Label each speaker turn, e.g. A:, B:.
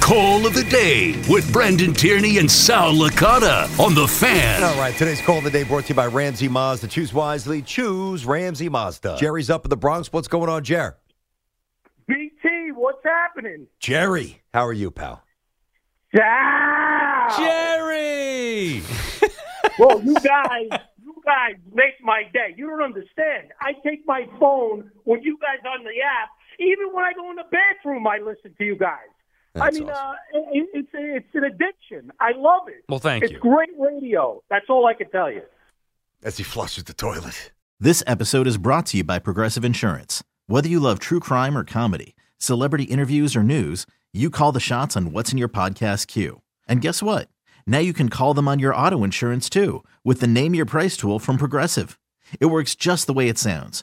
A: Call of the Day with Brendan Tierney and Sal Licata on The Fan.
B: All right, today's call of the day brought to you by Ramsey Mazda. Choose wisely, choose Ramsey Mazda. Jerry's up in the Bronx. What's going on, Jer?
C: BT, what's happening?
B: Jerry, how are you, pal?
C: Sal!
D: Jerry!
C: Well, you guys, you guys make my day. You don't understand. I take my phone when you guys on the app. Even when I go in the bathroom, I listen to you guys.
B: That's
C: I mean,
B: awesome.
C: uh, it, it's it's an addiction. I love it.
D: Well, thank
C: it's
D: you.
C: great radio. That's all I can tell you.
B: As he flushes the toilet.
E: This episode is brought to you by Progressive Insurance. Whether you love true crime or comedy, celebrity interviews or news, you call the shots on what's in your podcast queue. And guess what? Now you can call them on your auto insurance too with the Name Your Price tool from Progressive. It works just the way it sounds.